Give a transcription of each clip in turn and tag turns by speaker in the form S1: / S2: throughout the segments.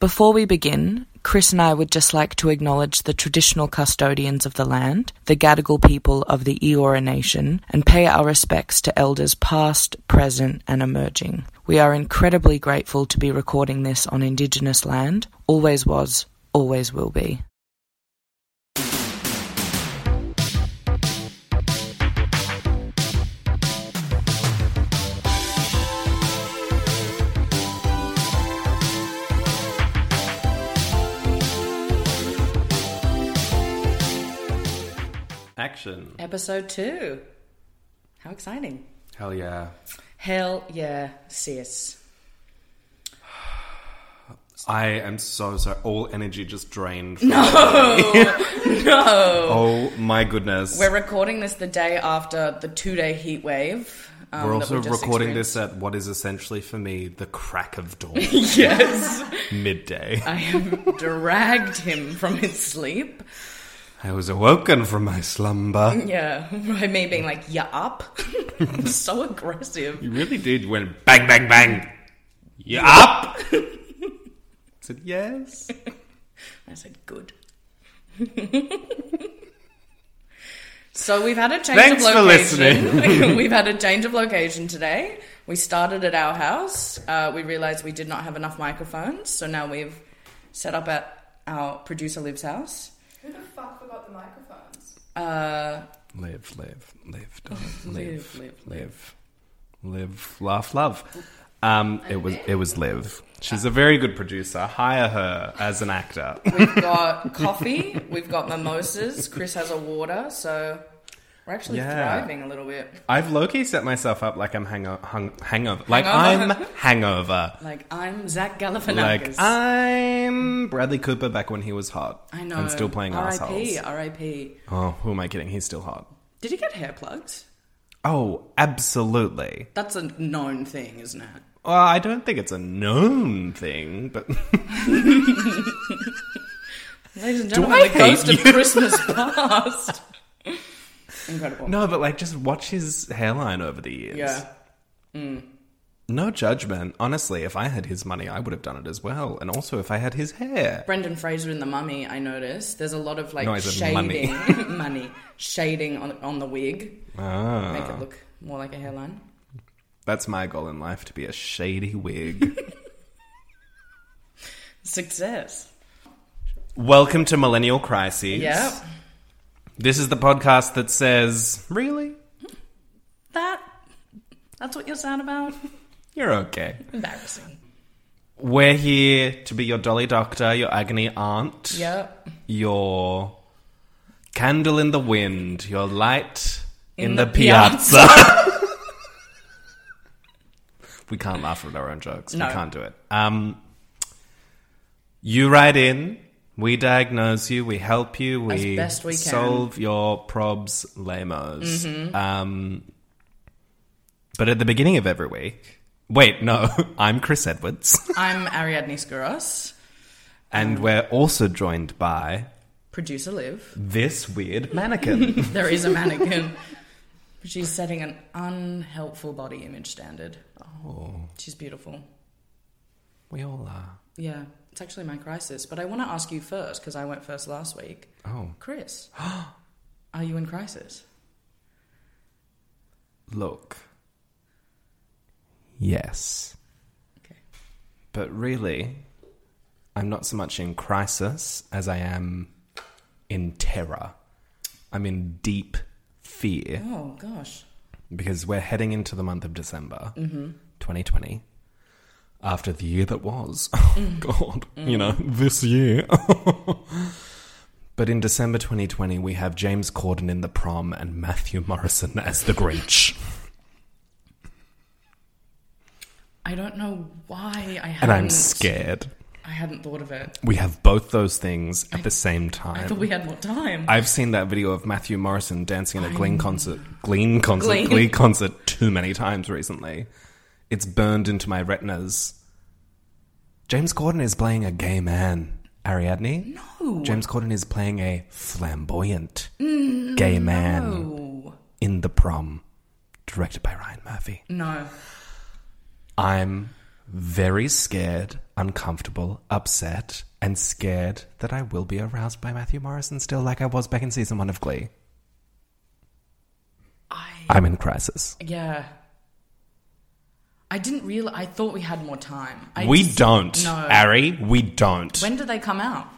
S1: Before we begin, Chris and I would just like to acknowledge the traditional custodians of the land, the Gadigal people of the Eora Nation, and pay our respects to elders past, present, and emerging. We are incredibly grateful to be recording this on Indigenous land, always was, always will be.
S2: Action.
S1: Episode two. How exciting!
S2: Hell yeah.
S1: Hell yeah, sis.
S2: I am so sorry. All energy just drained.
S1: No!
S2: Oh my goodness.
S1: We're recording this the day after the two day heat wave. um,
S2: We're
S1: that
S2: also
S1: we just
S2: recording
S1: experienced.
S2: this at what is essentially for me the crack of dawn,
S1: Yes.
S2: midday.
S1: I have dragged him from his sleep.
S2: I was awoken from my slumber.
S1: Yeah. By me being like, you up? so aggressive.
S2: You really did went bang, bang, bang. You up? I said yes.
S1: I said, good. so we've had a change
S2: Thanks
S1: of
S2: for
S1: location. we've had a change of location today. We started at our house. Uh, we realized we did not have enough microphones. So now we've set up at our producer Liv's house.
S3: Who the fuck forgot the microphones?
S1: Uh,
S2: Live, live, live, don't
S1: Live,
S2: live,
S1: live,
S2: live, live, live, laugh, love. Um, it was it was Liv. She's a
S1: Ah.
S2: very good producer. Hire her as an actor.
S1: we've got coffee. We've got mimosas. Chris has a water. So we're actually
S2: Yeah.
S1: thriving a little bit.
S2: I've low key set myself up like I'm hango- hung- hangover. Like
S1: Hangover.
S2: I'm hangover.
S1: Like I'm Zach
S2: like
S1: Galifianakis.
S2: I'm Bradley Cooper back when he was hot.
S1: I know.
S2: And still playing
S1: R.I.P.
S2: assholes.
S1: R.I.P.
S2: Oh, who am I kidding? He's still hot.
S1: Did he get hair plugs?
S2: Oh, absolutely.
S1: That's a known thing, isn't it?
S2: Well, I don't think it's a known thing, but
S1: Ladies and
S2: Do
S1: gentlemen,
S2: I
S1: the ghost
S2: hate
S1: of Christmas past. Incredible.
S2: no, but like just watch his hairline over the years.
S1: Yeah.
S2: No judgment. Honestly, if I had his money, I would have done it as well. And also if I had his hair.
S1: Brendan Fraser in The Mummy, I noticed. There's a lot of like
S2: No, I said money.
S1: shading, money, shading on, on the wig.
S2: Ah.
S1: Make it look more like a hairline.
S2: That's my goal in life to be a shady wig.
S1: Success.
S2: Welcome to Millennial Crises.
S1: Yep.
S2: This is the podcast that says, Really?
S1: That. That's what you're sad about?
S2: You're okay.
S1: Embarrassing.
S2: We're here to be your dolly doctor, your agony aunt,
S1: Yep.
S2: your candle in the wind, your light in,
S1: In
S2: the,
S1: the
S2: piazza. we can't laugh at our own jokes.
S1: No.
S2: We can't do it. Um, you write in. We diagnose you. We help you.
S1: As
S2: We
S1: best we can. Mm-hmm.
S2: solve your probs, lamos. Um, but at the beginning of every week, wait, no, I'm Chris Edwards.
S1: I'm Ariadne Skouros,
S2: And we're also joined by
S1: producer Liv.
S2: this weird mannequin.
S1: There is a mannequin. She's setting an unhelpful body image standard.
S2: oh,
S1: She's beautiful.
S2: we all are.
S1: Yeah, it's actually my crisis. But I want to ask you first because I went first last week.
S2: Oh,
S1: Chris, are you in crisis?
S2: look. Yes.
S1: Okay.
S2: But really, I'm not so much in crisis as I am in terror. I'm in deep fear
S1: Oh gosh.
S2: because we're heading into the month of December 2020. After the year that was. Oh, God. You know, this year. but in December 2020, we have James Corden in the prom and Matthew Morrison as the Grinch.
S1: I don't know why I hadn't.
S2: and I'm scared.
S1: I hadn't thought of it.
S2: We have both those things at the same
S1: I thought
S2: time.
S1: we had more time.
S2: I've seen that video of Matthew Morrison dancing at a Glee concert, Glee concert,
S1: Glee.
S2: Glee concert too many times recently. It's burned into my retinas. James Corden is playing a gay man, Ariadne.
S1: no.
S2: James Corden is playing a flamboyant gay man
S1: Mm, No.
S2: in the prom, directed by Ryan Murphy.
S1: No.
S2: I'm very scared, uncomfortable, upset, and scared that I will be aroused by Matthew Morrison still, like I was back in season one of Glee.
S4: I
S2: I'm in crisis.
S4: yeah. I didn't real. I thought we had more time. I
S2: we
S4: just-
S2: don't,
S4: No.
S2: Ari. We don't.
S4: When do they come out?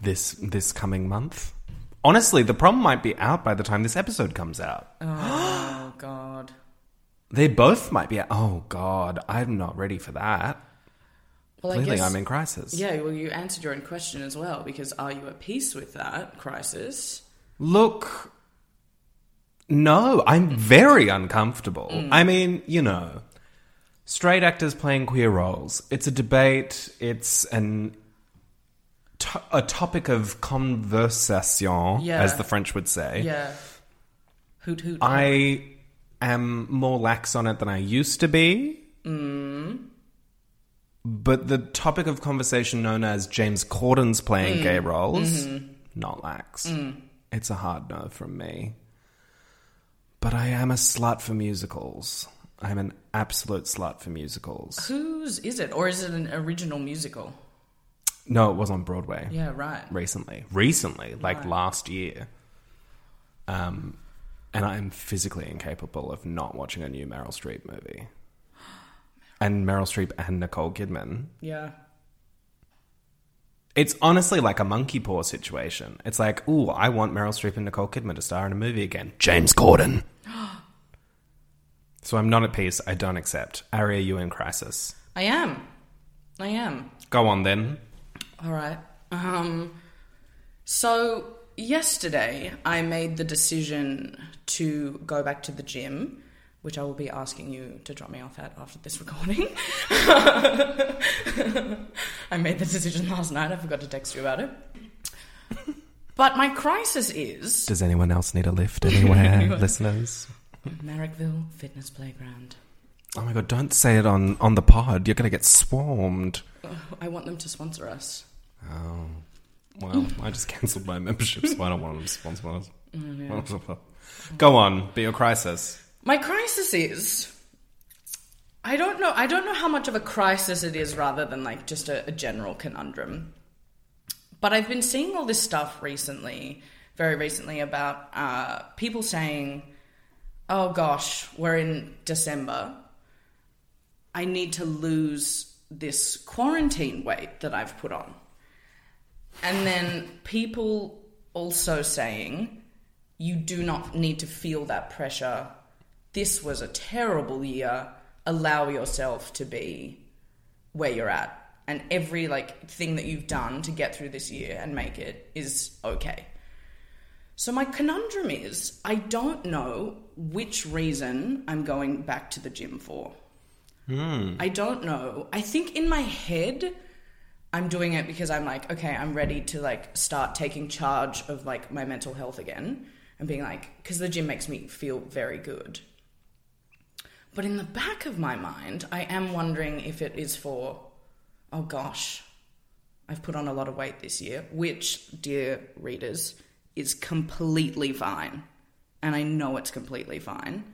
S2: this this coming month. Honestly, the prom might be out by the time this episode comes out.
S4: Oh God.
S2: They both might be out. Oh God, I'm not ready for that.
S4: Well,
S2: Clearly,
S4: I guess.
S2: I'm in crisis.
S4: yeah. Well, you answered your own question as well because are you at peace with that crisis?
S2: Look, no, I'm very uncomfortable. I mean, you know, straight actors playing queer roles. It's a debate. It's an to- a topic of conversation,
S4: Yeah.
S2: as the French would say.
S4: Yeah. Hoot hoot.
S2: I am more lax on it than I used to be. But the topic of conversation known as James Corden's playing gay roles, not lax. It's a hard no from me. But I am a slut for musicals. I'm an absolute slut for musicals.
S4: Whose is it, or is it an original musical?
S2: No, it was on Broadway
S4: Yeah. Right.
S2: recently. Recently, like last year. Um, and I'm physically incapable of not watching a new Meryl Streep movie. And Meryl Streep and Nicole Kidman.
S4: Yeah.
S2: It's honestly like a monkey paw situation. It's like, ooh, I want Meryl Streep and Nicole Kidman to star in a movie again. James Corden. so I'm not at peace. I don't accept. Ari, are you in crisis?
S4: I am. I am.
S2: Go on then.
S4: All right. Um, so yesterday I made the decision to go back to the gym, which I will be asking you to drop me off at after this recording. I made the decision last night. I forgot to text you about it. But my crisis is
S2: Does anyone else need a lift anywhere, listeners?
S4: Marrickville Fitness Playground.
S2: Oh my god, don't say it on, on the pod. You're gonna get swarmed.
S4: I want them to sponsor us.
S2: Oh. Well, I just cancelled my membership, so I don't want them to sponsor us.
S4: Mm,
S2: Go on, be your crisis.
S4: My crisis is. I don't know. I don't know how much of a crisis it is, rather than like just a, a general conundrum. But I've been seeing all this stuff recently, very recently, about uh, people saying, "Oh gosh, we're in December. I need to lose this quarantine weight that I've put on," and then people also saying, you do not need to feel that pressure. This was a terrible year. Allow yourself to be where you're at. And every like thing that you've done to get through this year and make it is okay. So my conundrum is I don't know which reason I'm going back to the gym for. I don't know. I think in my head I'm doing it because I'm like, okay, I'm ready to like start taking charge of like my mental health again and being like, because the gym makes me feel very good. But in the back of my mind, I am wondering if it is for, oh gosh, I've put on a lot of weight this year, which, dear readers, is completely fine. And I know it's completely fine.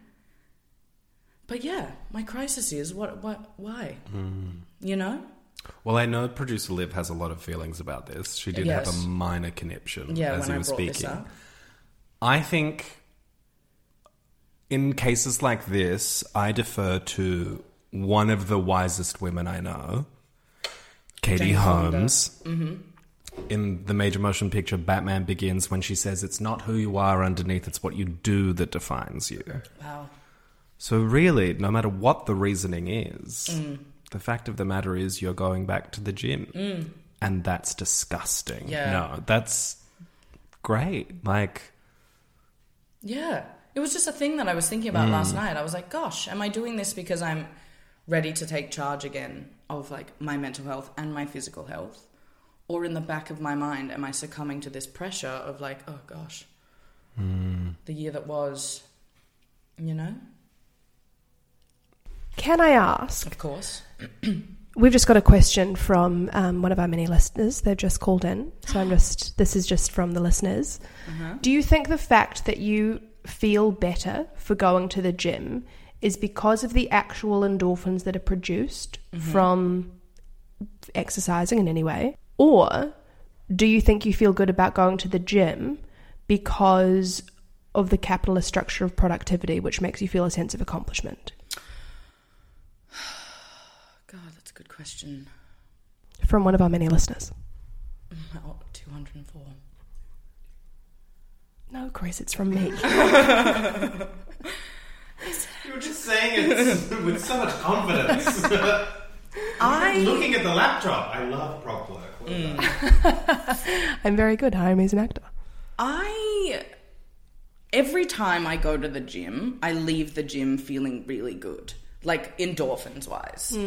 S4: But yeah, my crisis is what, what, why?
S2: Hmm.
S4: You know?
S2: Well, I know producer Liv has a lot of feelings about this. She did have
S4: Yes.
S2: a minor conniption
S4: Yeah,
S2: as
S4: when
S2: he
S4: I
S2: was
S4: brought
S2: speaking.
S4: this up.
S2: I think in cases like this, I defer to one of the wisest women I know, Katie
S4: Jane Fonda. Mm-hmm.
S2: Holmes, in the major motion picture Batman Begins, when she says, It's not who you are underneath, it's what you do that defines you.
S4: Wow.
S2: So, really, no matter what the reasoning is,
S4: Mm.
S2: the fact of the matter is you're going back to the gym. And that's disgusting.
S4: Mm. Yeah.
S2: No, that's great. Like,
S4: Yeah. It was just a thing that I was thinking about
S2: Hmm.
S4: last night. I was like, gosh, am I doing this because I'm ready to take charge again of like my mental health and my physical health? Or in the back of my mind, am I succumbing to this pressure of like, oh gosh,
S2: Hmm.
S4: the year that was, you know?
S5: Can I ask?
S4: Of course.
S5: We've just got a question from um, one of our many listeners. They've just called in, so I'm just. This is just from the listeners. Do you think the fact that you feel better for going to the gym is because of the actual endorphins that are produced from exercising in any way? Or do you think you feel good about going to the gym because of the capitalist structure of productivity, which makes you feel a sense of accomplishment?
S4: God, that's a good question.
S5: From one of our many listeners.
S4: Oh, 204.
S5: No, Chris, it's from me.
S2: You're just saying it with so much confidence.
S4: I
S2: Looking at the laptop, I love prop work.
S5: I'm very good. Hire me as an actor.
S4: I every time I go to the gym, I leave the gym feeling really good, like endorphins wise.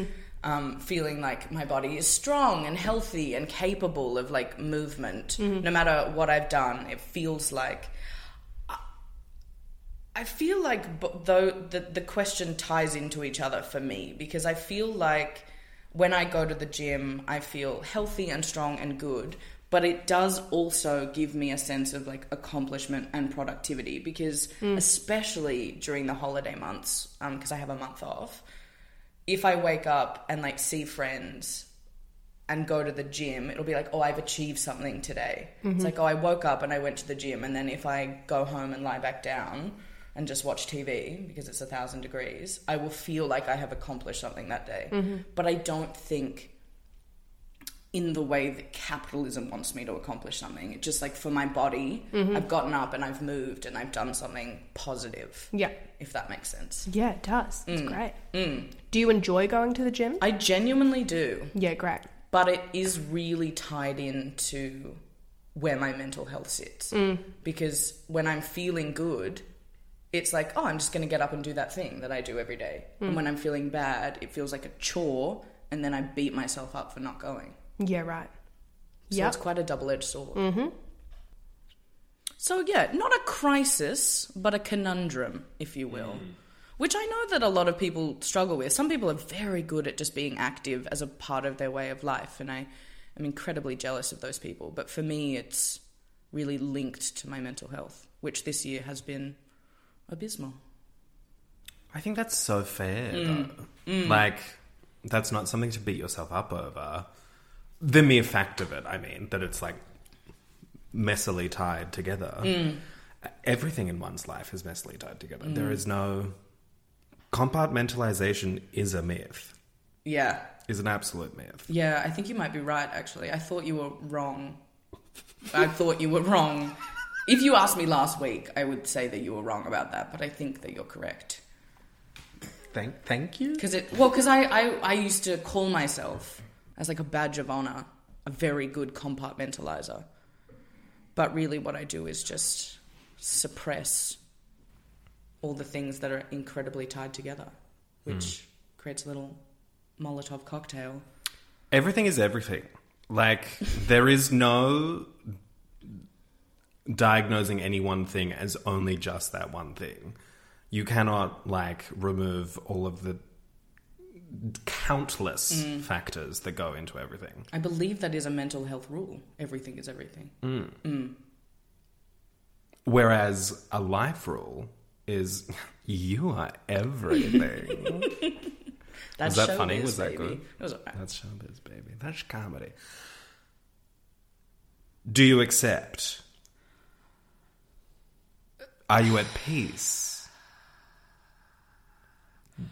S4: Um, feeling like my body is strong and healthy and capable of like movement. No matter what I've done, it feels like I feel like b- though the the question ties into each other for me because I feel like when I go to the gym I feel healthy and strong and good but it does also give me a sense of like accomplishment and productivity because especially during the holiday months because I have a month off if I wake up and like see friends and go to the gym, it'll be like, oh, I've achieved something today. It's like, oh, I woke up and I went to the gym. And then if I go home and lie back down and just watch TV because it's a thousand degrees, I will feel like I have accomplished something that day. But I don't think in the way that capitalism wants me to accomplish something. It's just like for my body, I've gotten up and I've moved and I've done something positive,
S5: Yeah.
S4: if that makes sense.
S5: Yeah, it does. It's great. Do you enjoy going to the gym?
S4: I genuinely do.
S5: Yeah, great.
S4: but it is really tied into where my mental health sits because when i'm feeling good it's like oh i'm just going to get up and do that thing that i do every day and when i'm feeling bad it feels like a chore and then i beat myself up for not going
S5: Yeah, right.
S4: so
S5: Yep.
S4: it's quite a double-edged sword mm-hmm. so yeah not a crisis but a conundrum if you will which i know that a lot of people struggle with some people are very good at just being active as a part of their way of life and i am incredibly jealous of those people but for me it's really linked to my mental health which this year has been abysmal
S2: I think that's so fair. Though. Like, that's not something to beat yourself up over. The mere fact of it, I mean, that it's like messily tied together. Everything in one's life is messily tied together. There is no compartmentalization is a myth.
S4: yeah
S2: Is an absolute myth.
S4: yeah i think you might be right actually i thought you were wrong I thought you were wrong. If you asked me last week, I would say that you were wrong about that, but I think that you're correct.
S2: Thank, thank you.
S4: Because it, well, because I, I, I used to call myself as like a badge of honor, a very good compartmentalizer. But really, what I do is just suppress all the things that are incredibly tied together, which creates a little Molotov cocktail.
S2: Everything is everything. Like there is no diagnosing any one thing as only just that one thing. You cannot like remove all of the countless factors that go into everything.
S4: I believe that is a mental health rule. Everything is everything.
S2: Mm. Whereas a life rule is you are everything.
S4: That's
S2: that funny?
S4: showbiz,
S2: Was that
S4: baby.
S2: good?
S4: It was alright.
S2: That's showbiz, baby. That's comedy. Do you accept? Are you at peace?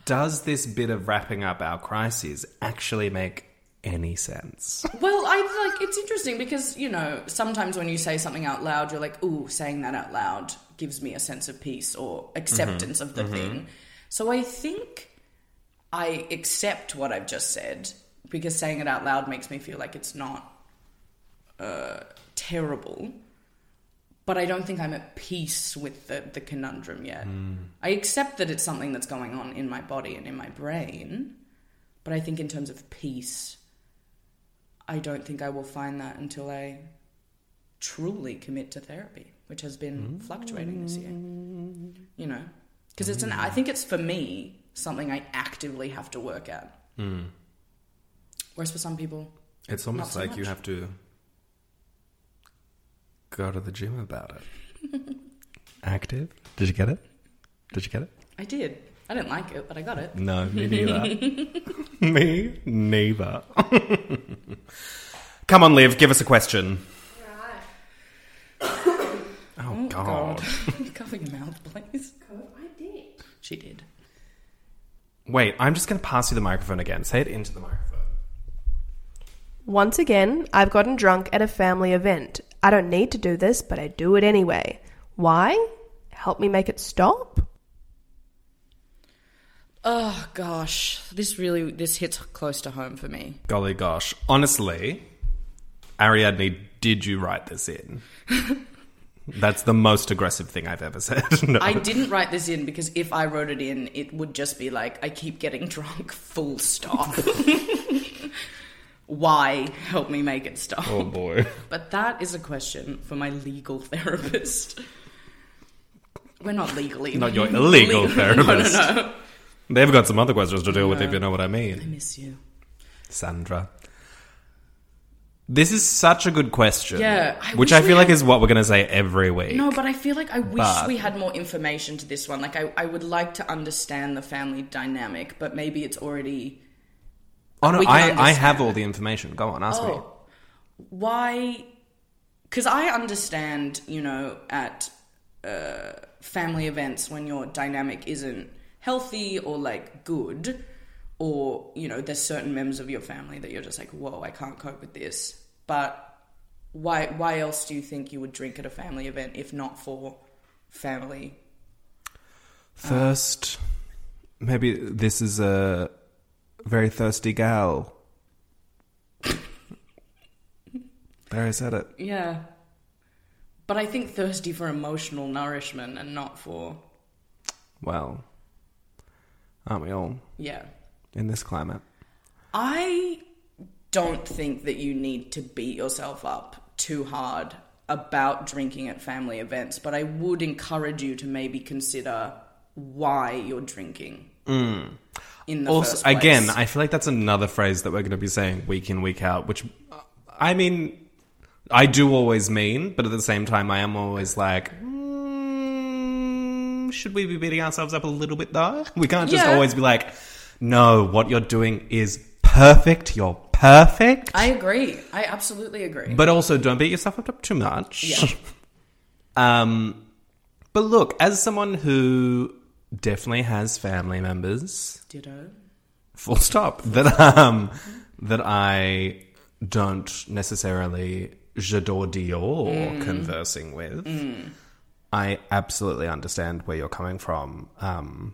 S2: Does this bit of wrapping up our crises actually make any sense?
S4: Well, I like it's interesting because you know sometimes when you say something out loud, you're like, "Ooh, saying that out loud gives me a sense of peace or acceptance of the thing." So I think I accept what I've just said because saying it out loud makes me feel like it's not uh, terrible. But I don't think I'm at peace with the, the conundrum yet. I accept that it's something that's going on in my body and in my brain, but I think in terms of peace, I don't think I will find that until I truly commit to therapy, which has been fluctuating this year. You know, because it's an. I think it's for me something I actively have to work at. Whereas for some people,
S2: It's almost
S4: so
S2: like you
S4: much.
S2: have to go to the gym about it. Active? Did you get it? Did you get it?
S4: I did. I didn't like it, but I got it.
S2: No, me neither. me neither. Come on, Liv, give us a question.
S3: Right.
S2: Oh, God.
S4: Cover your mouth, please.
S3: Cool.
S5: Oh,
S3: I did.
S4: She did.
S2: Wait, I'm just going to pass you the microphone again. Say it into the microphone.
S5: Once again, I've gotten drunk at a family event. I don't need to do this, but I do it anyway. Why? Help me make it stop?
S4: Oh gosh, this really this hits close to home for me.
S2: Golly gosh. Honestly, Ariadne, did you write this in? That's the most aggressive thing I've ever said. no.
S4: I didn't write this in because if I wrote it in, it would just be like I keep getting drunk. Full stop. Why help me make it stop?
S2: oh, boy.
S4: But that is a question for my legal therapist. We're not legally.
S2: Not your illegal therapist.
S4: No, no, no.
S2: They've got some other questions to deal with, if you know what I mean.
S4: I miss you.
S2: Sandra. This is such a good question.
S4: Yeah, I
S2: which
S4: wish
S2: I
S4: we
S2: feel like
S4: had-
S2: is what we're going to say every week.
S4: No, but I feel like I wish
S2: But-
S4: we had more information to this one. Like, I, I would like to understand the family dynamic, but maybe it's already.
S2: oh, no,
S4: we can
S2: I, I have
S4: understand.
S2: all the information. Go on, ask me.
S4: Oh, why? Because I understand, you know, at uh, family events when your dynamic isn't healthy or like good, or, you know, there's certain members of your family that you're just like, whoa, I can't cope with this. But why, why else do you think you would drink at a family event if not for family
S2: Thirst. Maybe this is a very thirsty gal. there, I said it.
S4: Yeah. But I think thirsty for emotional nourishment and not for
S2: Well, aren't we all
S4: yeah.
S2: in this climate?
S4: I don't think that you need to beat yourself up too hard about drinking at family events, but I would encourage you to maybe consider why you're drinking. In the
S2: Mm. also,
S4: first place.
S2: again, I feel like that's another phrase that we're going to be saying week in, week out, which uh, I mean, I do always mean, but at the same time, I am always like, "Mm, should we be beating ourselves up a little bit though? We can't just
S4: Yeah.
S2: always be like, no, what you're doing is perfect. You're perfect.
S4: I agree. I absolutely agree.
S2: But also, don't beat yourself up too much.
S4: Yeah.
S2: um, but look, as someone who definitely has family members,
S4: Ditto.
S2: full stop, that um, that I don't necessarily j'adore Dior conversing with. I absolutely understand where you're coming from. Um,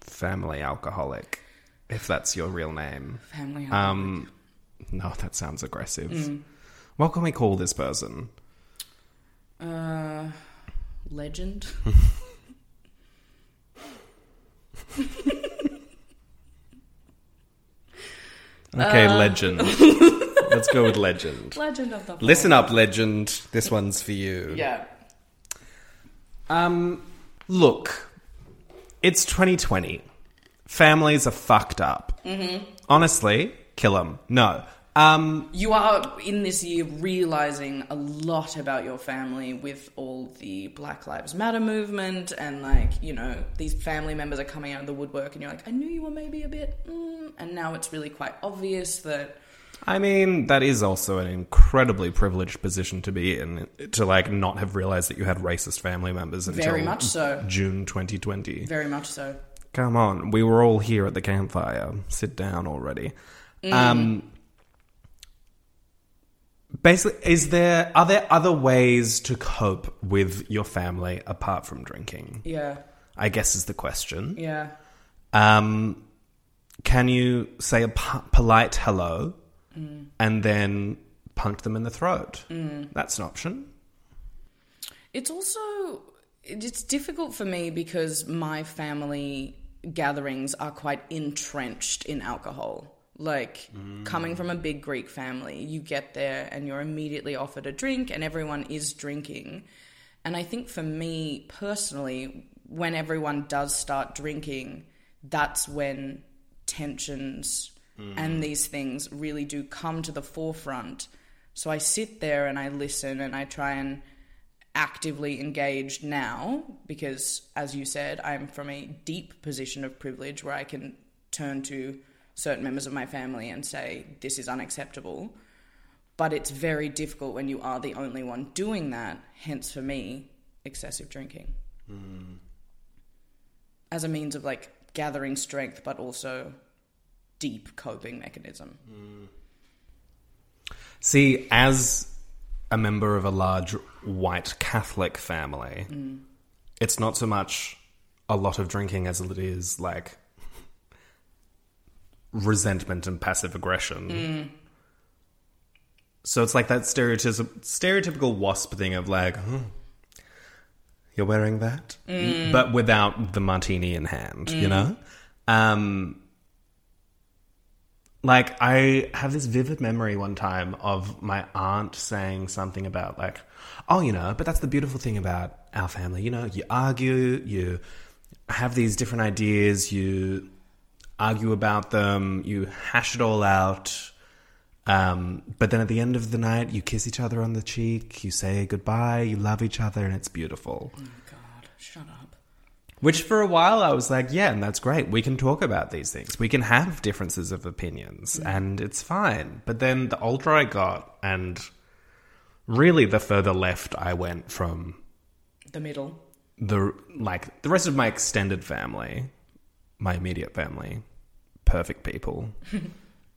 S2: family alcoholic, if that's your real name.
S4: Family.
S2: Um, no, that sounds aggressive. What can we call this person?
S4: uh, legend.
S2: Okay, legend. Let's go with legend.
S4: legend of the
S2: Listen up, legend. This one's for you.
S4: Yeah.
S2: Um, look, it's 2020. Families are fucked up. Mm-hmm. Honestly, kill them. No. Um,
S4: You are in this year realizing a lot about your family with all the Black Lives Matter movement, and like, you know, these family members are coming out of the woodwork, and you're like, I knew you were maybe a bit, mm, and now it's really quite obvious that,
S2: I mean, that is also an incredibly privileged position to be in, to like not have realized that you had racist family members until
S4: Very much so.
S2: June 2020.
S4: very much so.
S2: Come on, we were all here at the campfire. Sit down already.
S4: Mm.
S2: Um, basically, is there are there other ways to cope with your family apart from drinking?
S4: Yeah,
S2: I guess is the question.
S4: yeah.
S2: Um, can you say a p- polite hello and then punch them in the throat? That's an option.
S4: It's also it's difficult for me because my family gatherings are quite entrenched in alcohol. Like coming from a big Greek family, you get there and you're immediately offered a drink and everyone is drinking. And I think for me personally, when everyone does start drinking, that's when tensions and these things really do come to the forefront. So I sit there and I listen and I try and actively engaged now because, as you said, I'm from a deep position of privilege where I can turn to certain members of my family and say, this is unacceptable. But it's very difficult when you are the only one doing that, hence, for me, excessive drinking as a means of like gathering strength, but also deep coping mechanism.
S2: See, as a member of a large white Catholic family, it's not so much a lot of drinking as it is like resentment and passive aggression. So it's like that stereotypical, stereotypical wasp thing of like, "Oh, you're wearing that, but without the martini in hand, you know. Um, like I have this vivid memory one time of my aunt saying something about like, oh, you know, but that's the beautiful thing about our family. You know, you argue, you have these different ideas, you argue about them, you hash it all out. Um, but then at the end of the night, you kiss each other on the cheek, you say goodbye, you love each other, and it's beautiful.
S4: God, shut up.
S2: Which for a while I was like, yeah, and that's great. We can talk about these things. We can have differences of opinions and it's fine. But then the older I got and really the further left I went from
S4: The middle.
S2: the like the rest of my extended family, my immediate family, perfect people.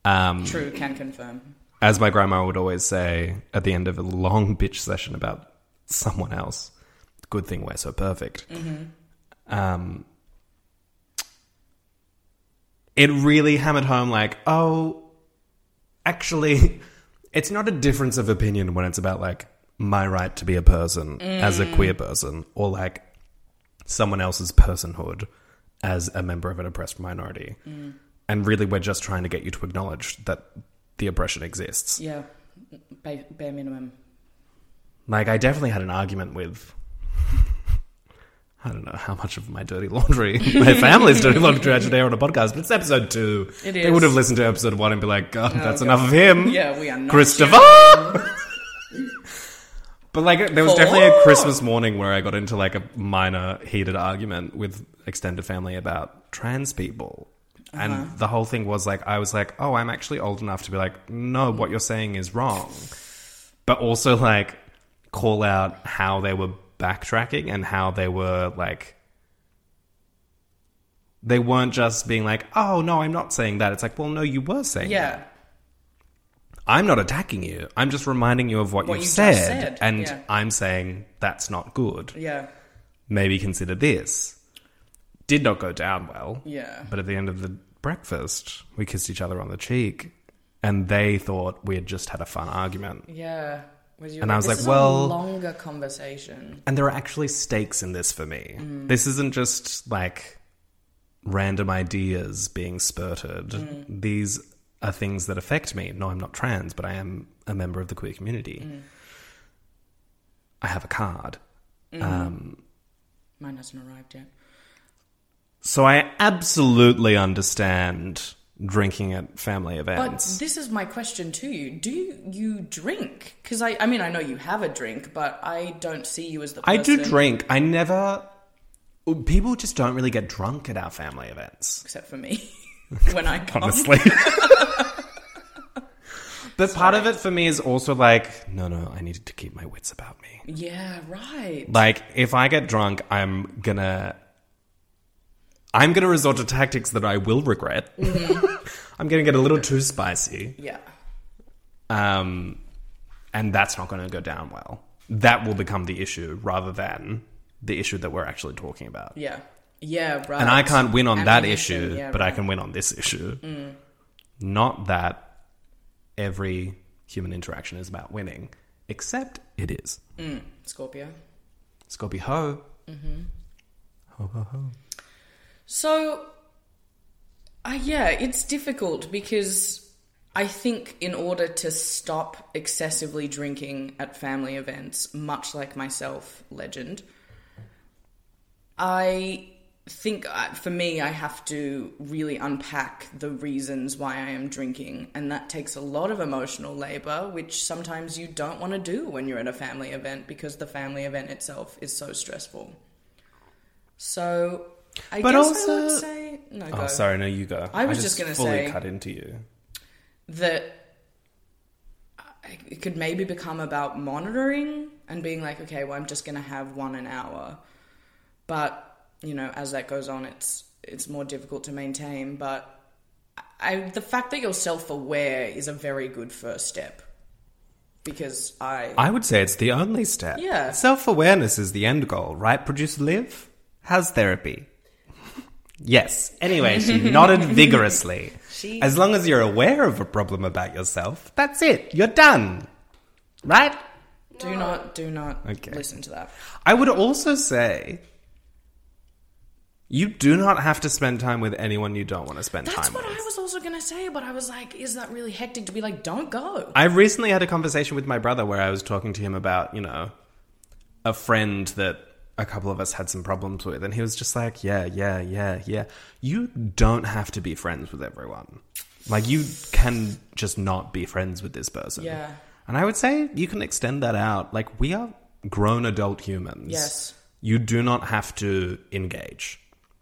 S2: um
S4: True, can confirm.
S2: as my grandma would always say at the end of a long bitch session about someone else, good thing we're so perfect. Um, it really hammered home like, oh, actually, it's not a difference of opinion when it's about like my right to be a person as a queer person or like someone else's personhood as a member of an oppressed minority. And really, we're just trying to get you to acknowledge that the oppression exists.
S4: Yeah, ba- bare minimum.
S2: Like, I definitely had an argument with. I don't know how much of my dirty laundry, my family's dirty laundry I should air on a podcast, but it's episode two.
S4: It
S2: They
S4: is. Oh,
S2: would have listened to episode one and be like, God, that's
S4: God.
S2: enough of him.
S4: Yeah, we are not.
S2: Christopher! but like, there was definitely a Christmas morning where I got into like a minor heated argument with extended family about trans people.
S4: Uh-huh.
S2: And the whole thing was like, I was like, oh, I'm actually old enough to be like, no, what you're saying is wrong. But also, like, call out how they were backtracking and how they were like, they weren't just being like, oh, no, I'm not saying that. It's like, well, no, you were saying that.
S4: Yeah,
S2: I'm not attacking you. I'm just reminding you of what,
S4: What
S2: you've
S4: you just
S2: said,
S4: said,
S2: and
S4: yeah.
S2: I'm saying that's not good.
S4: yeah,
S2: Maybe consider this. Did not go down well.
S4: yeah.
S2: But at the end of the breakfast, we kissed each other on the cheek, and they thought we had just had a fun argument.
S4: Yeah. Was you
S2: And I was
S4: this
S2: like,
S4: is
S2: well-
S4: a longer conversation.
S2: And there are actually stakes in this for me. This isn't just like random ideas being spurted. These are things that affect me. No, I'm not trans, but I am a member of the queer community. I have a card. Um,
S4: Mine hasn't arrived yet.
S2: so I absolutely understand drinking at family
S4: But
S2: events.
S4: this is my question to you: Do you, you drink? Because I, I mean, I know you have a drink, but I don't see you as the.
S2: I do
S4: person-
S2: drink. I never. People just don't really get drunk at our family events.
S4: except for me when I come.
S2: honestly. but part of it for me is also like, no, no, I need to keep my wits about me.
S4: Yeah, right.
S2: Like, if I get drunk, I'm gonna. I'm gonna resort to tactics that I will regret. I'm gonna get a little too spicy.
S4: Yeah.
S2: Um, and that's not gonna go down well. That will become the issue rather than the issue that we're actually talking about.
S4: Yeah. Yeah, right.
S2: And I can't win on that
S4: Ammunition,
S2: issue,
S4: yeah, Mm.
S2: but I
S4: right.
S2: can win on this issue. Not that every human interaction is about winning, except it is.
S4: Scorpio.
S2: Scobie ho.
S4: So, uh, yeah, it's difficult because I think in order to stop excessively drinking at family events, much like myself, legend, I think uh, for me, I have to really unpack the reasons why I am drinking, and that takes a lot of emotional labor, which sometimes you don't want to do when you're at a family event because the family event itself is so stressful. So, I
S2: But
S4: guess I
S2: also-
S4: would say no.
S2: Oh,
S4: go.
S2: sorry, no, you go.
S4: I was just gonna
S2: fully
S4: say-
S2: cut into you.
S4: that I- it could maybe become about monitoring and being like, okay, well, I'm just going to have one an hour. But you know, as that goes on, it's it's more difficult to maintain. But I, the fact that you're self aware is a very good first step because I,
S2: I would say it's the only step.
S4: Yeah.
S2: Self awareness is the end goal, right? Produce live? How's therapy? Yes. Anyway, she nodded vigorously. as long as you're aware of a problem about yourself, that's it. You're done. Right?
S4: do not do not
S2: Okay.
S4: listen to that.
S2: I would also say you do not have to spend time with anyone you don't want to spend
S4: That's
S2: time
S4: what
S2: with.
S4: I was also going to say, but I was like, is that really hectic to be like, don't go?
S2: I recently had a conversation with my brother where I was talking to him about, you know, a friend that a couple of us had some problems with. And he was just like, yeah, yeah, yeah, yeah. You don't have to be friends with everyone. Like, you can just not be friends with this person.
S4: Yeah.
S2: And I would say you can extend that out. Like, we are grown adult humans.
S4: Yes.
S2: You do not have to engage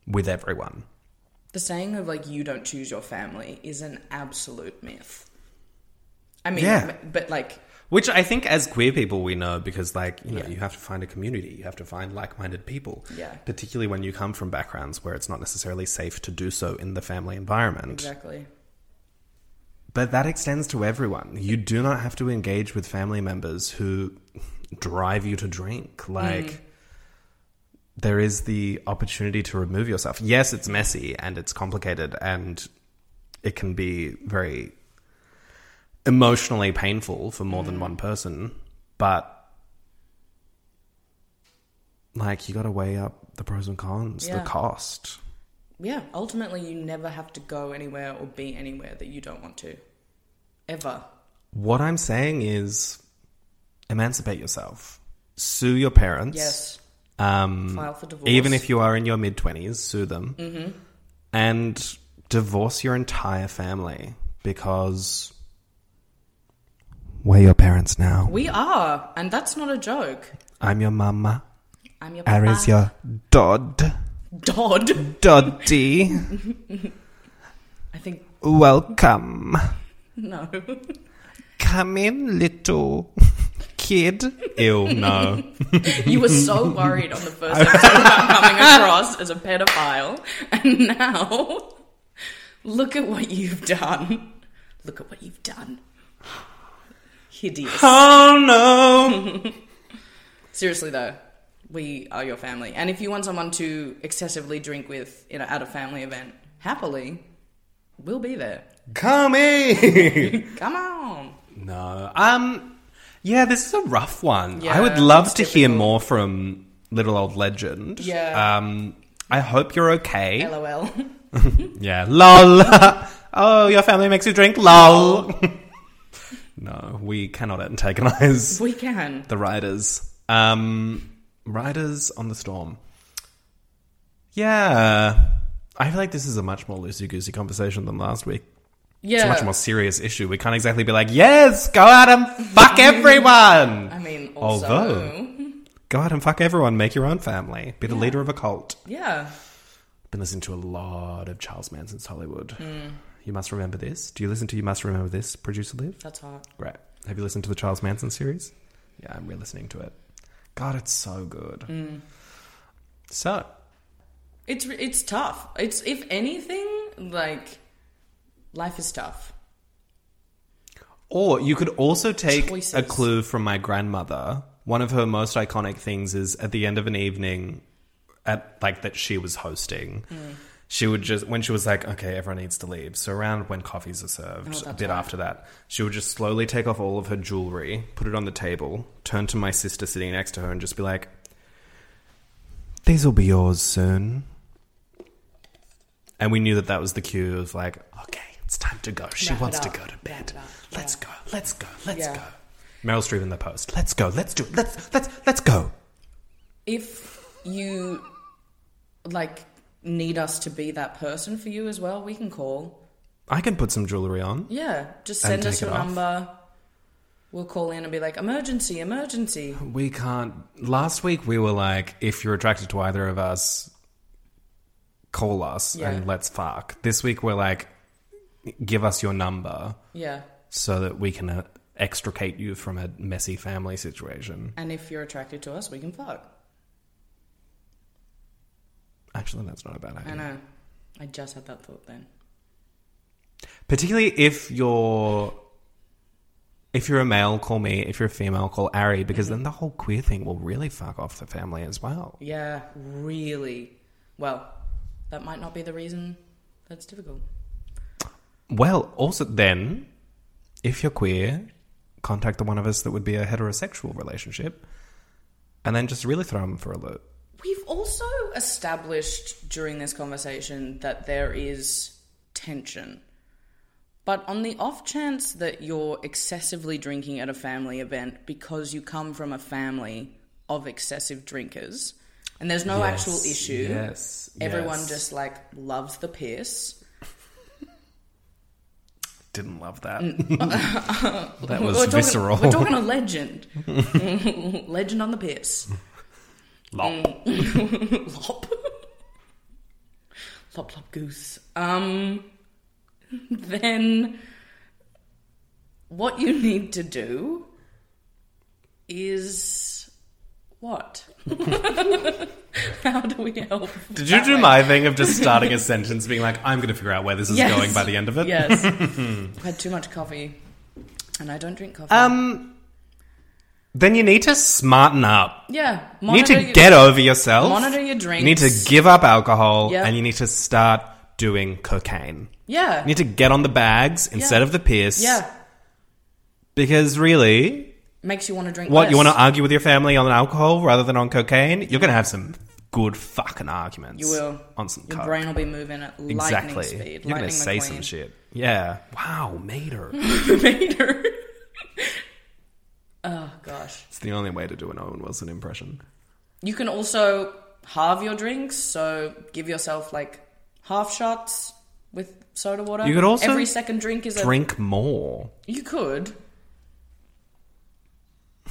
S2: with everyone.
S4: The saying of like you don't choose your family is an absolute myth. I mean,
S2: Yeah.
S4: but like,
S2: Which I think, as queer people, we know because, like, you know, you have to find a community, you have to find like-minded people.
S4: Yeah.
S2: Particularly when you come from backgrounds where it's not necessarily safe to do so in the family environment.
S4: exactly.
S2: But that extends to everyone. You do not have to engage with family members who drive you to drink. Like, there is the opportunity to remove yourself. Yes, it's messy and it's complicated and it can be very emotionally painful for more than one person. But, like, you got to weigh up the pros and cons,
S4: Yeah.
S2: the cost.
S4: Yeah, ultimately, you never have to go anywhere or be anywhere that you don't want to. Ever.
S2: What I'm saying is emancipate yourself. Sue your parents.
S4: Yes.
S2: Um,
S4: File for divorce.
S2: Even if you are in your mid 20s, sue them. Mm-hmm. And divorce your entire family because we're your parents now.
S4: We are, and that's not a joke.
S2: I'm your mama.
S4: I'm your papa.
S2: Ari's your dod.
S4: Dodd.
S2: Doddy.
S4: I think,
S2: Welcome.
S4: no.
S2: Come in, little kid. Ew, no.
S4: you were so worried on the first episode about coming across as a pedophile, and now look at what you've done. Look at what you've done. Hideous.
S2: oh, no.
S4: Seriously though, we are your family, and if you want someone to excessively drink with, you know, at a family event, happily, we'll be there.
S2: Come in.
S4: Come on.
S2: No. Um yeah, this is a rough one. I would
S4: Yeah,
S2: love
S4: it's
S2: to hear
S4: difficult.
S2: more from Little Old Legend.
S4: Yeah.
S2: Um I hope you're okay.
S4: LOL.
S2: Yeah. Lol. oh, your family makes you drink lol. no, we cannot antagonize
S4: we can.
S2: the riders. Um Riders on the Storm. Yeah. I feel like this is a much more loosey goosey conversation than last week
S4: Yeah.
S2: it's a much more serious issue. We can't exactly be like, yes, go out and fuck everyone.
S4: I mean, also,
S2: Although- go out and fuck everyone. Make your own family. Be the leader of a cult.
S4: yeah.
S2: Been listening to a lot of Charles Manson's Hollywood.
S4: Hmm.
S2: You must remember this. Do you listen to You Must Remember This, producer Liv?
S4: That's hot.
S2: Great. Have you listened to the Charles Manson series? Yeah, I'm re listening to it. God, it's so good.
S4: Hmm.
S2: So,
S4: It's it's tough. It's if anything, like life is tough.
S2: Or you could also take
S4: Choices.
S2: a clue from my grandmother. One of her most iconic things is at the end of an evening, at like that she was hosting.
S4: Mm.
S2: She would just when she was like, "Okay, everyone needs to leave." So around when coffees are
S4: Oh,
S2: served, a bit after that, she would just slowly take off all of her jewelry, put it on the table, turn to my sister sitting next to her, and just be like, "These will be yours soon." And we knew that that was the cue of like, okay, it's time to go. She
S4: Wrap it
S2: wants to
S4: up.
S2: go to bed.
S4: it up.
S2: Let's go. Let's go. Let's
S4: Yeah.
S2: go. Meryl Streep in the post. Let's go. Let's do it. Let's let's let's go.
S4: if you like need us to be that person for you as well, we can call.
S2: I can put some jewelry on.
S4: Yeah, just
S2: And
S4: send us
S2: take
S4: your
S2: it off.
S4: number. We'll call in and be like, emergency, emergency.
S2: We can't. Last week we were like, if you're attracted to either of us, call us
S4: Yeah.
S2: and let's fuck. This week we're like, give us your number
S4: Yeah.
S2: so that we can uh, extricate you from a messy family situation.
S4: And if you're attracted to us, we can fuck.
S2: Actually, that's not a bad idea.
S4: I know. I just had that thought then.
S2: particularly if you're if you're a male call me if you're a female call ari because
S4: Mm-hmm.
S2: then the whole queer thing will really fuck off the family as well
S4: Yeah, really. Well, that might not be the reason that's difficult.
S2: well also then if you're queer contact the one of us that would be a heterosexual relationship and then just really throw them for a loop
S4: We've also established during this conversation that there is tension. But on the off chance that you're excessively drinking at a family event because you come from a family of excessive drinkers and there's no
S2: Yes,
S4: actual issue,
S2: yes,
S4: everyone
S2: yes.
S4: just like loves the piss.
S2: didn't love that that was
S4: Mm. we're talking,
S2: visceral
S4: We're talking a legend. legend on the piss.
S2: Lop.
S4: Mm, lop. lop lop goose. Um then what you need to do is what? How do we help?
S2: did you
S4: that
S2: do
S4: way?
S2: my thing of just starting a sentence being like i'm gonna figure out where this is
S4: Yes.
S2: going by the end of it
S4: Yes. I had too much coffee. And I don't drink coffee.
S2: um then you need to smarten up
S4: yeah.
S2: You need to
S4: your-
S2: get over yourself.
S4: monitor your
S2: You need to
S4: drinks.
S2: give up alcohol
S4: Yeah.
S2: and you need to start doing cocaine.
S4: Yeah.
S2: You need to get on the bags instead
S4: Yeah.
S2: of the piss.
S4: yeah.
S2: Because really,
S4: Makes you want to drink
S2: what
S4: less.
S2: you want to argue with your family on alcohol rather than on cocaine, you're going to have some good fucking arguments.
S4: You will.
S2: On some
S4: Your
S2: coke.
S4: brain will be moving at lightning
S2: exactly.
S4: speed.
S2: You're going
S4: lightning
S2: to say
S4: McQueen.
S2: some shit. Yeah. Wow, Mater.
S4: Vader. oh gosh.
S2: it's the only way to do an Owen Wilson impression.
S4: You can also halve your drinks, so give yourself like half shots with soda water.
S2: You could also
S4: every second drink is
S2: Drink more.
S4: a you could.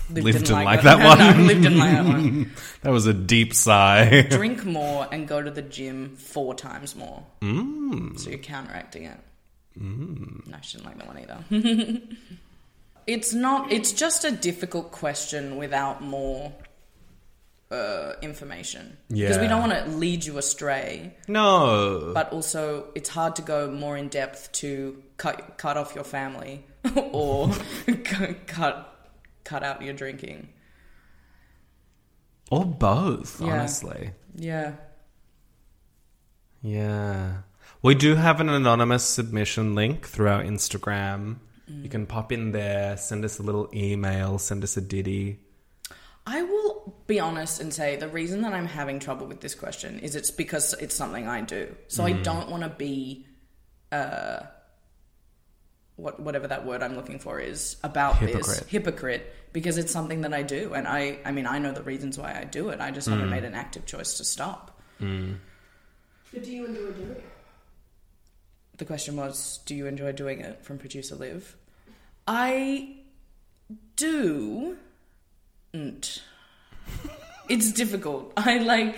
S2: Liv didn't like that
S4: No,
S2: one.
S4: lived in like that one.
S2: Mm. That was a deep sigh.
S4: Drink more and go to the gym four times more. Mm. So you're counteracting it. Mm. No, I shouldn't like that one either. it's not. It's just a difficult question without more uh, information because we
S2: Yeah.
S4: don't want to lead you astray,
S2: no.
S4: but also it's hard to go more in depth to cut cut off your family or cut- cut cut out your drinking.
S2: Or both,
S4: Yeah.
S2: honestly.
S4: Yeah.
S2: Yeah. We do have an anonymous submission link through our Instagram. You can pop in there, send us a little email, send us a ditty.
S4: I will be honest and say the reason that I'm having trouble with this question is it's because it's something I do. So I don't want to be, uh, what whatever that word I'm looking for is about this
S2: Hypocrite.
S4: hypocrite because it's something that I do, and I I mean I know the reasons why I do it. I just haven't made an active choice to stop.
S5: So do you enjoy doing it?
S4: The question was, do you enjoy doing it? From producer Liv, I do. not It's difficult. I like.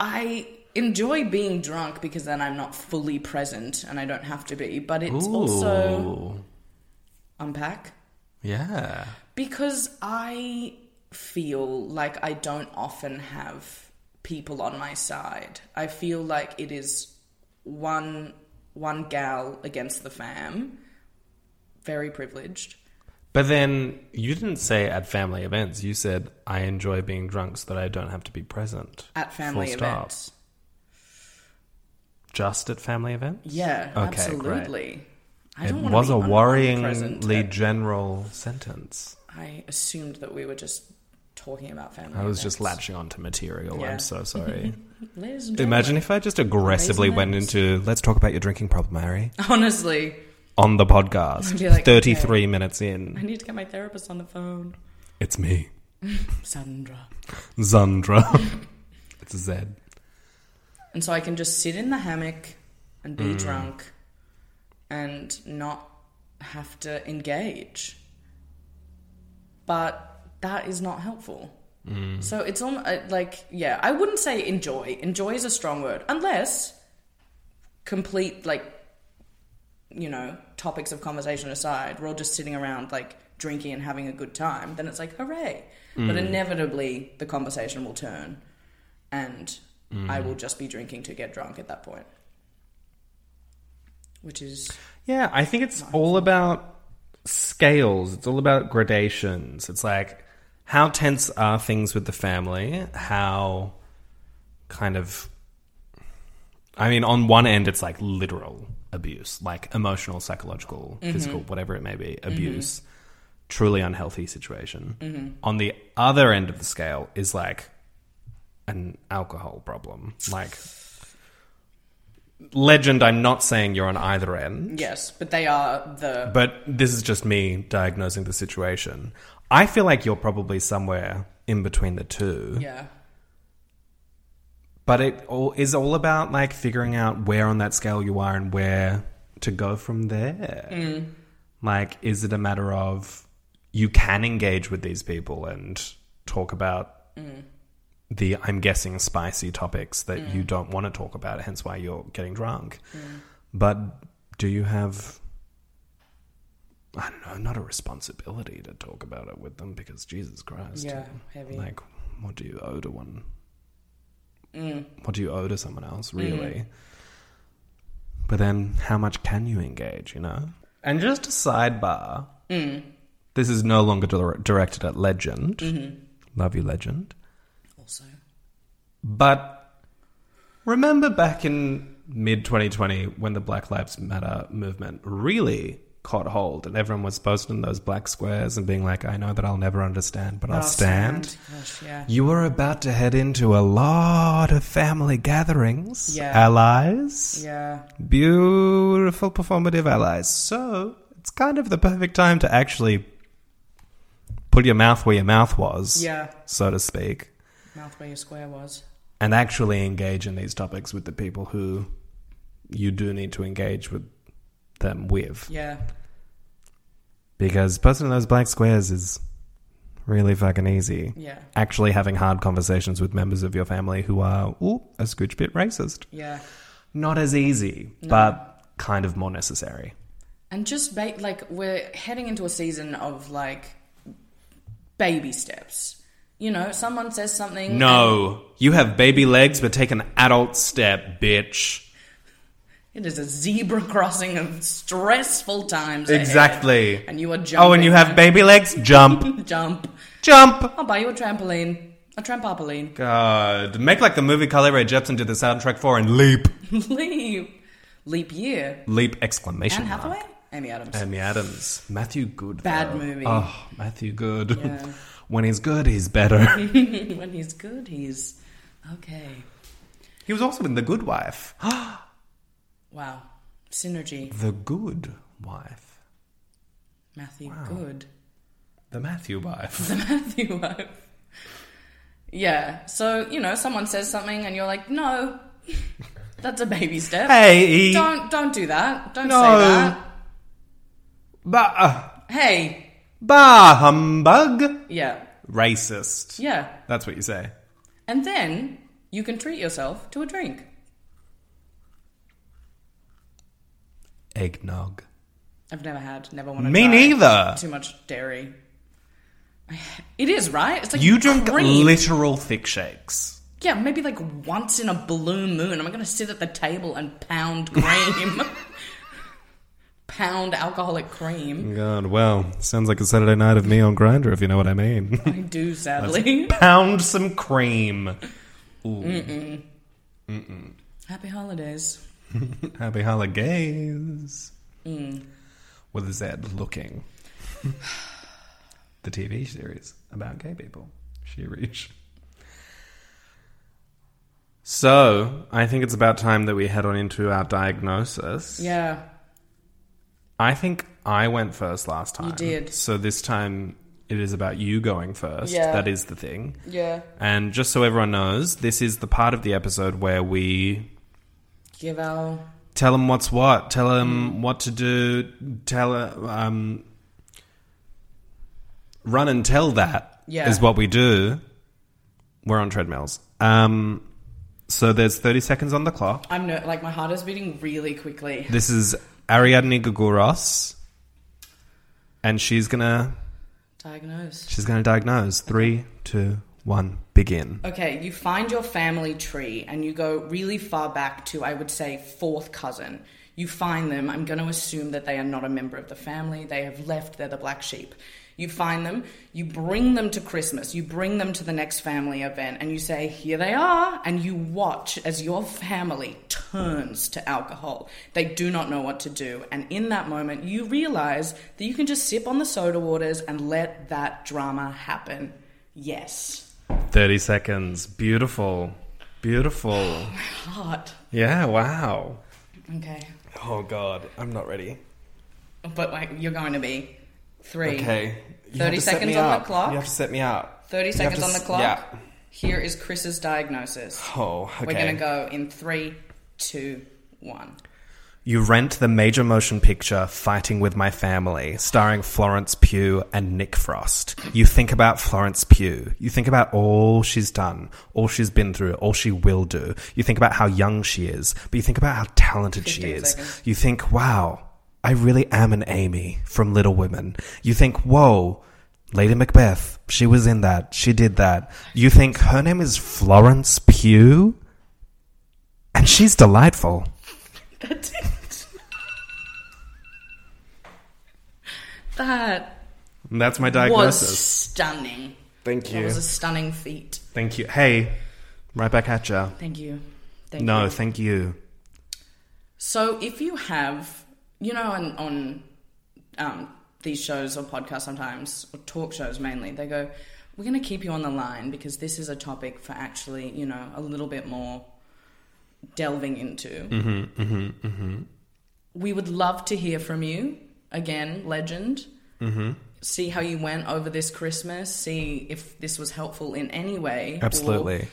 S4: I enjoy being drunk because then I'm not fully present and I don't have to be. But it's also
S2: Ooh.
S4: unpack
S2: Yeah.
S4: because I feel like I don't often have people on my side. I feel like it is one one gal against the fam. Very privileged.
S2: But then you didn't say at family events. You said, I enjoy being drunk so that I don't have to be present.
S4: at family
S2: Full stop.
S4: events.
S2: Just at family events?
S4: Yeah,
S2: Okay,
S4: absolutely. I
S2: It
S4: don't want
S2: was
S4: to
S2: a
S4: be
S2: worryingly
S4: omnipresent.
S2: general sentence.
S4: I assumed that we were just talking about family.
S2: I was just
S4: events.
S2: latching onto material.
S4: Yeah.
S2: I'm so sorry.
S4: Ladies and gentlemen.
S2: Imagine if I just aggressively
S4: Raising
S2: went
S4: names.
S2: into let's talk about your drinking problem, Ari,
S4: Honestly,
S2: on the
S4: I'd
S2: podcast.
S4: be like,
S2: 33 minutes
S4: I
S2: in.
S4: need to get my therapist on the phone.
S2: It's me,
S4: Sandra.
S2: Zandra. it's a Z.
S4: And so I can just sit in the hammock and be drunk and not have to engage. But that is not helpful. So it's on like yeah, I wouldn't say enjoy. Enjoy is a strong word unless complete like you know, topics of conversation aside, we're all just sitting around like drinking and having a good time, then it's like, hooray. But inevitably, the conversation will turn and
S2: Mm.
S4: I will just be drinking to get drunk at that point. Which is,
S2: Yeah, I think it's all about scales. It's all about gradations. It's like how tense are things with the family? How kind of I mean, on one end it's like literal abuse, like emotional, psychological, physical, whatever it may be, abuse. Truly unhealthy situation. On the other end of the scale is like an alcohol problem. Like, legend, I'm not saying you're on either end
S4: yes, but they are the.
S2: but this is just me diagnosing the situation. I feel like you're probably somewhere in between the two,
S4: yeah.
S2: but it all is all about like figuring out where on that scale you are and where to go from there. Like, is it a matter of you can engage with these people and talk about the, I'm guessing, spicy topics that you don't want to talk about, hence why you're getting drunk. But do you have, I don't know, not a responsibility to talk about it with them because Jesus Christ.
S4: Yeah, heavy.
S2: Like, what do you owe to one? What do you owe to someone else, really? But then, how much can you engage, you know? And just a sidebar Mm. this is no longer dir- directed at Legend. Love you, Legend.
S4: Also.
S2: But remember back in mid 2020 when the Black Lives Matter movement really caught hold and everyone was posting those black squares and being like, I know that I'll never understand, but I'll, stand.
S4: Gosh, yeah.
S2: You were about to head into a lot of family gatherings,
S4: Yeah.
S2: allies,
S4: Yeah.
S2: beautiful performative allies. So it's kind of the perfect time to actually put your mouth where your mouth was,
S4: Yeah.
S2: so to speak
S4: Mouth where your square was.
S2: and actually engage in these topics with the people who you do need to engage with them with.
S4: Yeah.
S2: Because posting those black squares is really fucking easy.
S4: Yeah.
S2: Actually, having hard conversations with members of your family who are, ooh, a scooch bit racist.
S4: Yeah.
S2: Not as easy, but kind of more necessary.
S4: And just ba- like we're heading into a season of like baby steps. You know, someone says something.
S2: No, you have baby legs, but take an adult step, bitch.
S4: It is a zebra crossing of stressful times. ahead.
S2: Exactly.
S4: And you are jumping.
S2: Oh, and you have baby legs? Jump.
S4: jump.
S2: Jump.
S4: I'll buy you a trampoline. A trampoline.
S2: God, make like the movie Carly Rae Jepsen did the soundtrack for and leap,
S4: Leap. Leap year.
S2: leap exclamation
S4: Anne
S2: mark.
S4: Hathaway? Amy Adams.
S2: Amy Adams, Matthew Good.
S4: Bad
S2: though.
S4: movie.
S2: Oh, Matthew Good.
S4: Yeah.
S2: when he's good, he's better.
S4: when he's good, he's okay.
S2: he was also in The Good Wife.
S4: Wow. Synergy.
S2: the Good Wife,
S4: Matthew Good.
S2: the Matthew wife.
S4: The Matthew wife. Yeah. So, you know, someone says something and you're like, no, that's a baby step.
S2: hey,
S4: Don't don't do that. Don't
S2: No.
S4: say that.
S2: bah, uh,
S4: Hey.
S2: bah humbug,
S4: Yeah.
S2: racist.
S4: Yeah.
S2: That's what you say.
S4: And then you can treat yourself to a drink.
S2: Eggnog.
S4: I've never had, never wanted.
S2: Me
S4: try.
S2: neither.
S4: Too much dairy. It is right. It's like
S2: You drink
S4: cream.
S2: literal thick shakes.
S4: yeah, maybe like once in a blue moon. I'm going to sit at the table and pound cream, pound alcoholic cream.
S2: God, well, sounds like a Saturday night of me on Grinder, if you know what I mean.
S4: I do sadly.
S2: pound some cream. Ooh.
S4: Happy holidays.
S2: Happy holidays.
S4: Mm.
S2: With a Z looking. the TV series about gay people. She reach. So, I think it's about time that we head on into our diagnosis.
S4: Yeah,
S2: I think I went first last time.
S4: did.
S2: So this time It is about you going first.
S4: Yeah.
S2: That is the thing.
S4: Yeah.
S2: And just so everyone knows, this is the part of the episode where we
S4: Give our
S2: tell them what's what, tell them what to do, tell um, run and tell that is
S4: Yeah.
S2: what we do. We're on treadmills. Um, so there's 30 seconds on the clock.
S4: I'm no, like my heart is beating really quickly.
S2: This is Ariadne Guguros, and she's gonna
S4: Diagnosed.
S2: she's gonna diagnose. Three, two, one, begin.
S4: Okay, you find your family tree and you go really far back to, I would say, fourth cousin. You find them. I'm going to assume that they are not a member of the family. They have left. They're the black sheep. You find them. You bring them to Christmas. You bring them to the next family event and you say, Here they are. And you watch as your family turns to alcohol. They do not know what to do. And in that moment, you realize that you can just sip on the soda waters and let that drama happen. Yes.
S2: 30 seconds. Beautiful. Beautiful.
S4: Hot.
S2: Yeah, wow.
S4: Okay.
S2: Oh, God. I'm not ready.
S4: But like you're going to be three.
S2: Okay. You
S4: 30
S2: have to set
S4: seconds
S2: me
S4: on the
S2: up.
S4: clock.
S2: You have to set me up.
S4: 30
S2: You have
S4: seconds
S2: to
S4: on the
S2: s-
S4: clock.
S2: Yeah.
S4: Here is Chris's diagnosis.
S2: Oh, okay.
S4: We're going to go in three, two, one.
S2: You rent the major motion picture Fighting with My Family, starring Florence Pugh and Nick Frost. You think about Florence Pugh. You think about all she's done, all she's been through, all she will do. You think about how young she is, but you think about how talented she
S4: 15
S2: is.
S4: seconds.
S2: You think, wow, I really am an Amy from Little Women. You think, whoa, Lady Macbeth, she was in that, she did that. You think her name is Florence Pugh? And she's delightful.
S4: That's it. that
S2: That's my
S4: was stunning.
S2: Thank
S4: That was a stunning feat.
S2: Thank you. Hey, right back at ya.
S4: Thank you. Thank you.
S2: No, thank you.
S4: So if you have, you know, on, on um, these shows or podcasts sometimes, or talk shows mainly, they go, we're going to keep you on the line because this is a topic for actually, you know, a little bit more delving into. Mm-hmm, mm-hmm, mm-hmm. We would love to hear from you. Again, legend. Mm-hmm. See how you went over this Christmas. See if this was helpful in any way. or
S2: Absolutely.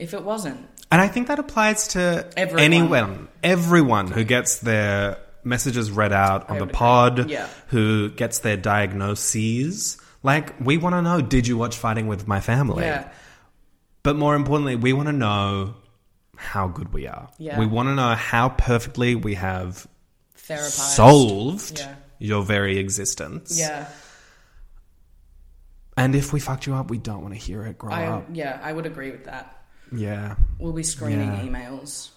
S4: If it wasn't.
S2: And I think that applies to
S4: Everyone.
S2: anyone, everyone who gets their messages read out on
S4: I
S2: the
S4: would agree.
S2: pod,
S4: Yeah.
S2: who gets their diagnoses. Like, we want to know did you watch Fighting with My Family?
S4: Yeah.
S2: But more importantly, we want to know how good we are.
S4: Yeah.
S2: We want to know how perfectly we have
S4: Therapized.
S2: solved
S4: Yeah.
S2: your very existence.
S4: Yeah.
S2: And if we fucked you up, we don't want to hear it grow
S4: I,
S2: up.
S4: yeah, I would agree with that.
S2: Yeah.
S4: We'll be screening
S2: Yeah.
S4: emails.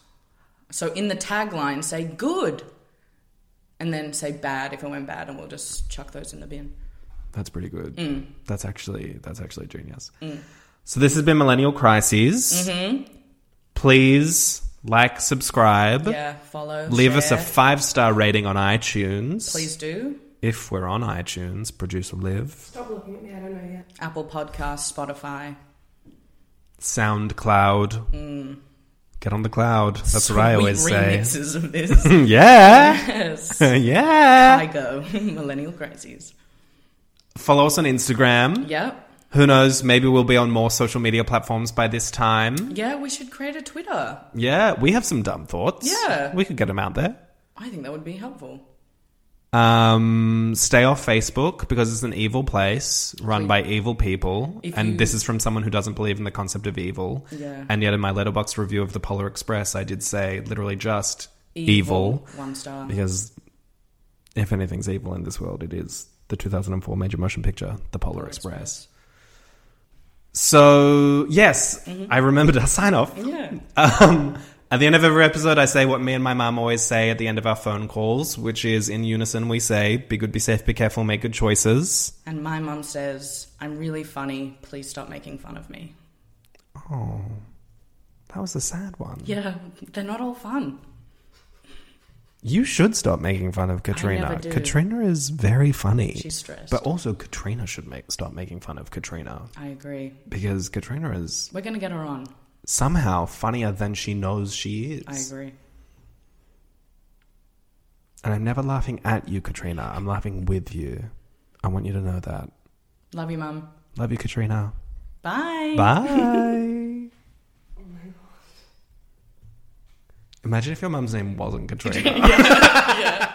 S4: So in the tagline, say good, and then say bad if it went bad, and we'll just chuck those in the bin.
S2: That's pretty good.
S4: Mm.
S2: That's actually that's actually genius. So this has been Millennial Crises. Mm-hmm. Please like, subscribe,
S4: Yeah, follow.
S2: leave us a
S4: share.
S2: five star rating on iTunes.
S4: Please do.
S2: if we're on iTunes, producer Liv,
S5: Stop looking at me. I don't know yet.
S4: Apple Podcasts, Spotify.
S2: SoundCloud, get on the cloud. That's what I
S4: Mm. Sweet
S2: always say.
S4: Remixes of this.
S2: yeah,
S4: yes.
S2: yeah.
S4: I go millennial crises.
S2: Follow us on Instagram.
S4: Yep.
S2: Who knows? Maybe we'll be on more social media platforms by this time.
S4: Yeah, we should create a Twitter.
S2: Yeah, we have some dumb thoughts.
S4: Yeah.
S2: we could get them out there.
S4: I think that would be helpful.
S2: Um, stay off Facebook because it's an evil place run by evil people,
S4: If
S2: and
S4: you-
S2: this is from someone who doesn't believe in the concept of evil.
S4: Yeah.
S2: And yet, in my letterbox review of the Polar Express, I did say literally just evil,
S4: One star.
S2: because if anything's evil in this world, it is the 2004 major motion picture, The Polar, Express. So yes,
S4: Mm-hmm.
S2: I remembered our sign off.
S4: Yeah.
S2: Um, at the end of every episode, I say what me and my mom always say at the end of our phone calls, which is in unison we say, be good, be safe, be careful, make good choices.
S4: And my mum says, I'm really funny. Please stop making fun of me.
S2: Oh, that was a sad one.
S4: Yeah, they're not all fun.
S2: You should stop making fun of Katrina.
S4: never do.
S2: Katrina is very funny.
S4: She's stressed.
S2: But also, Katrina should make, stop making fun of Katrina
S4: I agree.
S2: because Katrina is
S4: We're going to get her on.
S2: somehow funnier than she knows she is.
S4: I agree.
S2: And I'm never laughing at you, Katrina. I'm laughing with you. I want you to know that.
S4: Love you, mum.
S2: Love you, Katrina.
S4: Bye.
S2: Bye. Imagine if your mum's name wasn't Katrina.
S4: Yeah.